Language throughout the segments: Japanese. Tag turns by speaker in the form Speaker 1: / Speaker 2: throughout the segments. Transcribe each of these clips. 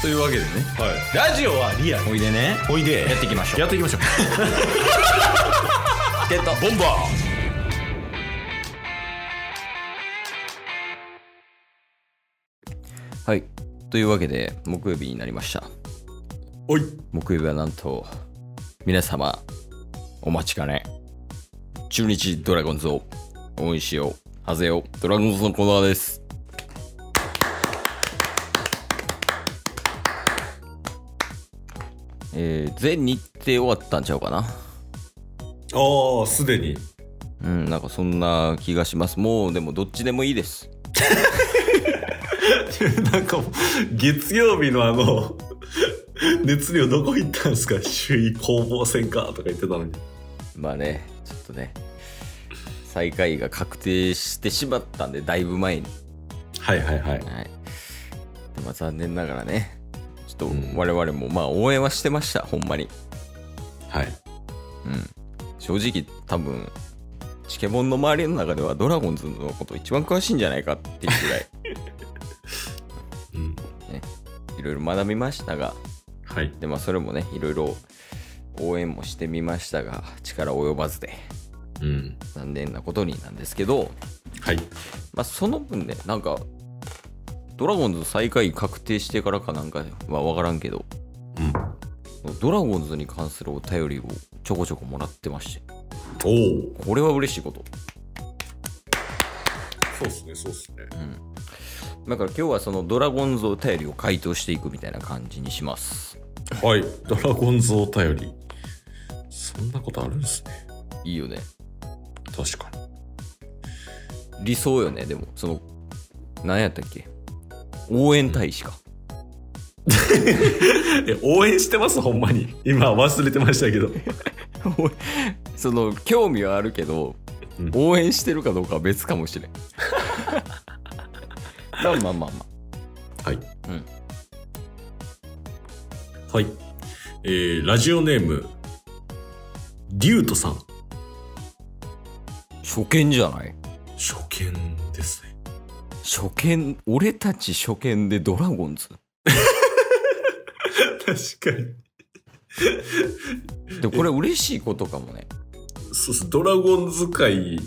Speaker 1: というわけでね
Speaker 2: はい、ラジオはリアル
Speaker 1: おいでね
Speaker 2: おいで
Speaker 1: やっていきましょう
Speaker 2: やっていきましょう
Speaker 1: ってた
Speaker 2: ボンバ
Speaker 1: はいというわけで木曜日になりました
Speaker 2: ーおい
Speaker 1: 木曜日はなんと皆様お待ちかね中日ドラゴンズを応援しようハゼよドラゴンズのコーナーですえー、全日程終わったんちゃうかな
Speaker 2: ああすでに
Speaker 1: うんなんかそんな気がしますもうでもどっちでもいいです
Speaker 2: なんかもう月曜日のあの熱量どこ行ったんですか首位攻防戦かとか言ってたのに
Speaker 1: まあねちょっとね最下位が確定してしまったんでだいぶ前に
Speaker 2: はいはいはい
Speaker 1: はい。まあ、残念ながらね、ちょっと
Speaker 2: うん
Speaker 1: 我々もまあ応援はしてました、ほんまに。
Speaker 2: はい
Speaker 1: うん。正直多分、チケボンの周りの中ではドラゴンズのこと一番詳しいんじゃないかっていうぐ らい、
Speaker 2: うん
Speaker 1: いろいろ学びましたが、
Speaker 2: はい
Speaker 1: でまあそれもね、いろいろ応援もしてみましたが、力及ばずで、
Speaker 2: うん
Speaker 1: 残念なことになんですけど、
Speaker 2: はい
Speaker 1: まあその分ね、なんか、ドラゴンズ最下位確定してからかなんかは分からんけど、
Speaker 2: うん
Speaker 1: ドラゴンズに関するお便りをちょこちょこもらってまして、
Speaker 2: おお
Speaker 1: これは嬉しいこと。
Speaker 2: そうっすねそうっすね
Speaker 1: だから今日はそのドラゴンズお便りを回答していくみたいな感じにします。
Speaker 2: はいドラゴンズお便りそんなことあるんですね
Speaker 1: いいよね。
Speaker 2: 確かに
Speaker 1: 理想よね、でも、その、何やったっけ応援大使か。
Speaker 2: え応援してますほんまに今忘れてましたけど
Speaker 1: その、興味はあるけど
Speaker 2: うん、
Speaker 1: 応援してるかどうかは別かも しれん。まあまあまあま
Speaker 2: はい
Speaker 1: あ。うん。
Speaker 2: はい。えー、ラジオネーム、リュウトさん。
Speaker 1: 初見じゃない
Speaker 2: 初見ですね。
Speaker 1: 初見、俺たち初見でドラゴンズ
Speaker 2: 確かに。
Speaker 1: でもこれ嬉しいことかもね。
Speaker 2: そうそう、ドラゴンズ界、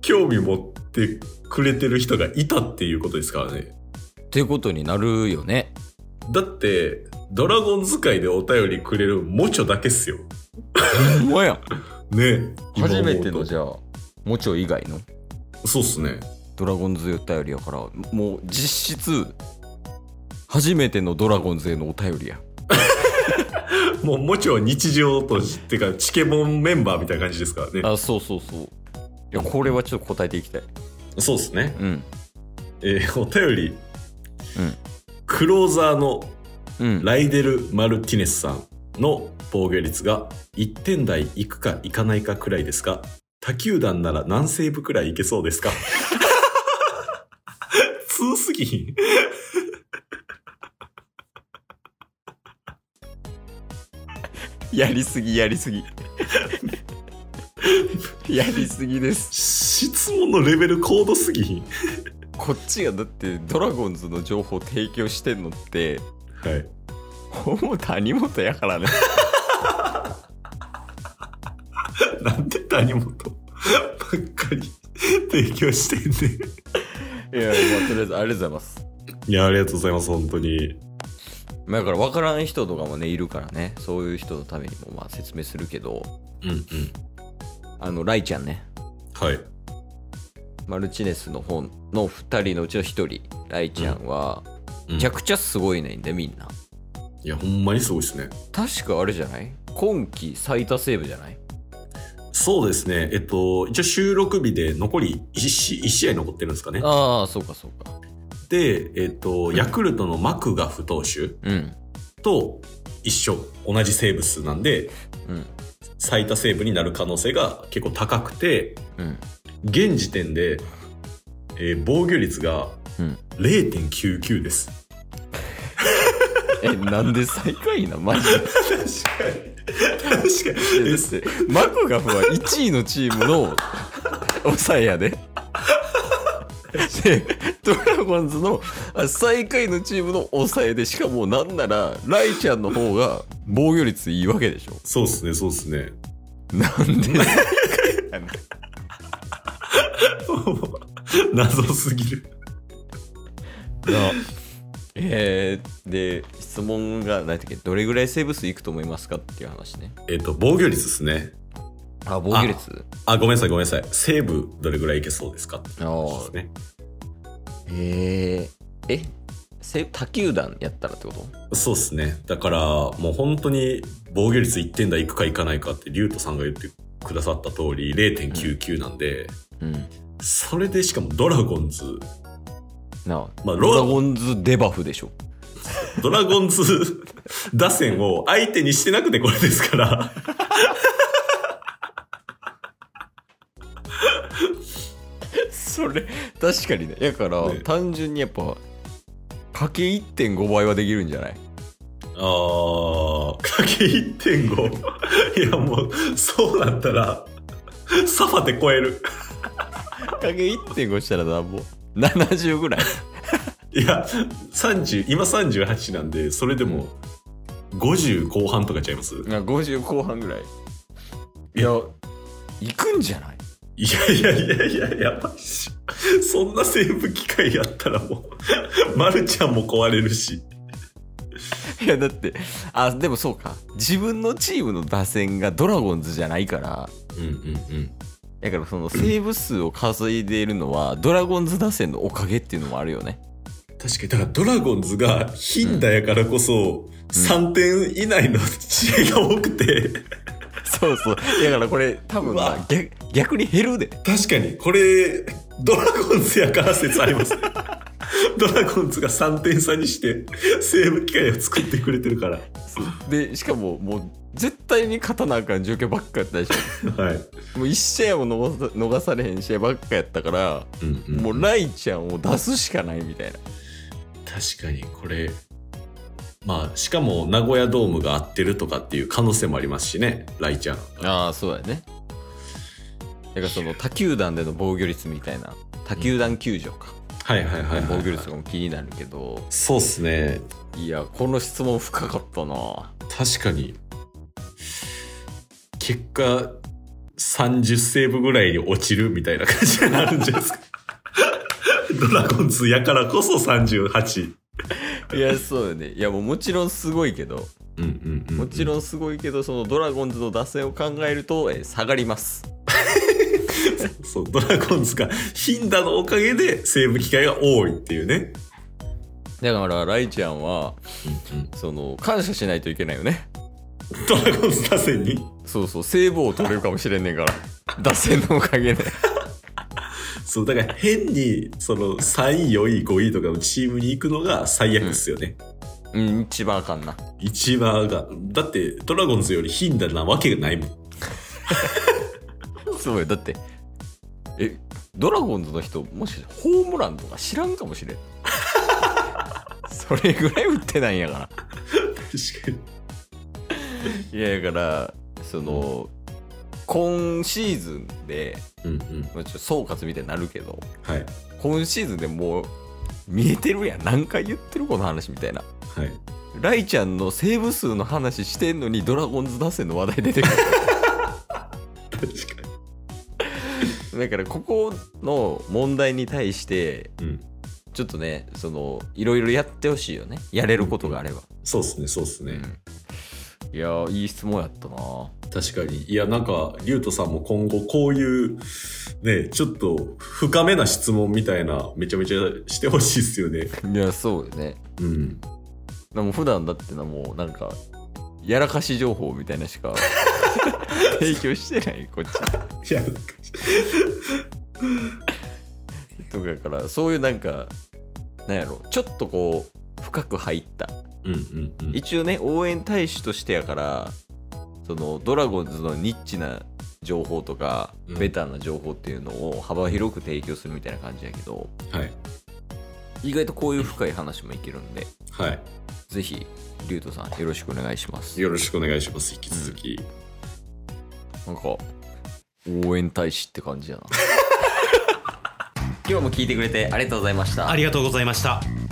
Speaker 2: 興味持ってくれてる人がいたっていうことですからね。
Speaker 1: ってことになるよね。
Speaker 2: だって、ドラゴンズ界でお便りくれるモチョだけっすよ。
Speaker 1: ほんまや。
Speaker 2: ね今思
Speaker 1: 初
Speaker 2: うと
Speaker 1: めてのじゃあ、もちょ以外の
Speaker 2: そうっすね。
Speaker 1: ドラゴンズお便りやから、もう実質、初めてのドラゴンズへのお便りや。
Speaker 2: もうモチョは日常とし、ってか、チケボンメンバーみたいな感じですからね。
Speaker 1: あ、そうそうそう。いや、これはちょっと答えていきたい。
Speaker 2: そうっすね。
Speaker 1: うん。
Speaker 2: えー、お便り、
Speaker 1: うん
Speaker 2: クローザーの
Speaker 1: うん。
Speaker 2: ライデル・マルティネスさんの防御率が1点台いくかいかないかくらいですが、他球団なら何セーブくらいいけそうですか 通すぎひん
Speaker 1: やりすぎ、やりす ぎ。やりすぎです。
Speaker 2: 質問のレベル高度すぎひん
Speaker 1: こっちがだって、ドラゴンズの情報提供してんのって、
Speaker 2: はい。
Speaker 1: ほぼ谷本やからね。
Speaker 2: なんで谷本ばっかり提供してんね
Speaker 1: いや、まあ、とりあえずありがとうございます。
Speaker 2: ん。いや、ありがとうございます、本当に。
Speaker 1: まあだから分からん人とかもねいるからねそういう人のためにもまあ説明するけど
Speaker 2: うんうん。
Speaker 1: あのライちゃんね
Speaker 2: はい。
Speaker 1: マルチネスの方の2人のうちの1人ライちゃんは
Speaker 2: うん
Speaker 1: めちゃくちゃすごいねんでみんない
Speaker 2: や、ほんまにすごいですね。
Speaker 1: 確かあれじゃない今季最多セーブじゃない
Speaker 2: そうですね。えっと、一応収録日で残り 1, 試一試合残ってるんですかね。
Speaker 1: ああそうかそうか
Speaker 2: で、えっと、ヤクルトのマクガフ投手
Speaker 1: うん
Speaker 2: と一緒、同じセーブ数なんで、
Speaker 1: うん
Speaker 2: 最多セーブになる可能性が結構高くて、
Speaker 1: うん
Speaker 2: 現時点で、えー防御率が
Speaker 1: うん
Speaker 2: 0.99です。
Speaker 1: えなんで最下位なマジで
Speaker 2: 確かに。確かに。えす
Speaker 1: マクガフは1位のチームの抑えやででドラゴンズのあ最下位のチームの抑えでしかもなんならライちゃんの方が防御率いいわけでしょ
Speaker 2: そうっすね、そうっすね。
Speaker 1: なんで
Speaker 2: 謎すぎる。
Speaker 1: なえー、で質問が何だっけどれぐらいセーブ数いくと思いますかっていう話ね
Speaker 2: えっと、防御率ですね。
Speaker 1: あ防御率
Speaker 2: あ、ごめんなさい、ごめんなさい。セーブどれぐらいいけそうですかって
Speaker 1: あ
Speaker 2: 話で
Speaker 1: あ
Speaker 2: すね。
Speaker 1: えー、えせ他球団やったらってこと
Speaker 2: そうですね。だから、もう本当に防御率1点台いくかいかないかって、リュウトさんが言ってくださった通り、0.99なんで、
Speaker 1: うん
Speaker 2: それでしかもドラゴンズ、
Speaker 1: なあ
Speaker 2: まあロ
Speaker 1: ドラゴンズデバフでしょ
Speaker 2: ドラゴンズ 打線を相手にしてなくてこれですから。
Speaker 1: それ確かにねやから、
Speaker 2: ね
Speaker 1: 単純にやっぱかけ1.5倍はできるんじゃない
Speaker 2: あー、かけ1.5。いやもう、そうなったら、サファで超える。
Speaker 1: かけ1.5したらなんぼ70ぐらい
Speaker 2: いや、30、今38なんで、それでも、50後半とかちゃいます
Speaker 1: あ50後半ぐらいいやいくんじゃない
Speaker 2: いやいやいやいや、やばいし。そんなセーブ機械やったらもう、まるちゃんも壊れるし。
Speaker 1: いやだってあでもそうか自分のチームの打線がドラゴンズじゃないから
Speaker 2: うんうん
Speaker 1: だからそのセーブ数を稼いでいるのはドラゴンズ打線のおかげっていうのもあるよね
Speaker 2: うん。確かに、だからドラゴンズが頻打やからこそ、3点以内の試合が多くて、
Speaker 1: そうそうだからこれ多分
Speaker 2: う
Speaker 1: な
Speaker 2: わ
Speaker 1: 逆逆に減るで
Speaker 2: 確かに、これ、ドラゴンズやから説あり ます。ドラゴンズが3点差にして、セーブ機械を作ってくれてるから。
Speaker 1: でしかももう絶対に勝たなあかん状況ばっかやったでし
Speaker 2: はい。
Speaker 1: ょもう1試合も逃さ逃されへん試合ばっかやったから、
Speaker 2: うん
Speaker 1: もうライちゃんを出すしかないみたいな
Speaker 2: 確かにこれまあしかも名古屋ドームが合ってるとかっていう可能性もありますしねライちゃん
Speaker 1: ああそうやねだからその他球団での防御率みたいな他球団球場か、
Speaker 2: はいはいはい、
Speaker 1: 防御率とかも気になるけど
Speaker 2: そうっすね
Speaker 1: いやこの質問深かったな
Speaker 2: 確かに結果30セーブぐらいに落ちるみたいな感じになるんじゃないです かドラゴンズやからこそ38
Speaker 1: いやそうよねいやもうもちろんすごいけど
Speaker 2: うんうん、うん、
Speaker 1: もちろんすごいけどそのドラゴンズの打線を考えると、えー下がります
Speaker 2: そうドラゴンズが頻打のおかげでセーブ機会が多いっていうね、
Speaker 1: だからライちゃんはその感謝しないといけないよね
Speaker 2: ドラゴンズ打線に
Speaker 1: そうそうセーブを取れるかもしれんねんから 打線のおかげで
Speaker 2: そう、だから変に、その、3位、4位、5位とかのチームに行くのが最悪ですよね。
Speaker 1: うん一番あかんな
Speaker 2: 一番が、だって、ドラゴンズより貧打なわけがないもん。
Speaker 1: そうよだってえドラゴンズの人もしかしてホームランとか知らんかもし れんそれぐらい打ってないんやから
Speaker 2: 確かに。
Speaker 1: いやだからその今シーズンで
Speaker 2: うんうん。
Speaker 1: まあちょっと総括みたいになるけど
Speaker 2: はい。はい。
Speaker 1: 今シーズンでもう見えてるやん何回言ってるこの話みたいなライちゃんのセーブ数の話してんのにドラゴンズ打線の話題出てく
Speaker 2: 確か
Speaker 1: るだからここの問題に対して
Speaker 2: に。うん。
Speaker 1: ちょっとねそのいろいろやってほしいよねやれることがあれば、
Speaker 2: そうっすね、そうっすね。
Speaker 1: いやーいい質問やったな
Speaker 2: 確かに。いや、なんか、リュウトさんも今後、こういう、ね、ちょっと、深めな質問みたいな、めちゃめちゃしてほしいっすよね。
Speaker 1: いやそうよね
Speaker 2: うん。
Speaker 1: でも普段だってなもうなんかやらかし情報みたいなしか 提供してないこっち
Speaker 2: いや、
Speaker 1: とかやからそういうなんかなんやろちょっとこう深く入った
Speaker 2: うんうんうん。
Speaker 1: 一応ね応援大使としてやからそのドラゴンズのニッチな情報とか、
Speaker 2: うん
Speaker 1: ベターな情報っていうのを幅広く提供するみたいな感じやけど
Speaker 2: はい。
Speaker 1: 意外とこういう深い話もいけるんで
Speaker 2: はい。
Speaker 1: ぜひリュウトさんよろしくお願いします
Speaker 2: よろしくお願いします。引き続き。
Speaker 1: なんか応援大使って感じやな 今日も聞いてくれてありがとうございました
Speaker 2: あ。りがとうございました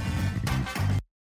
Speaker 2: す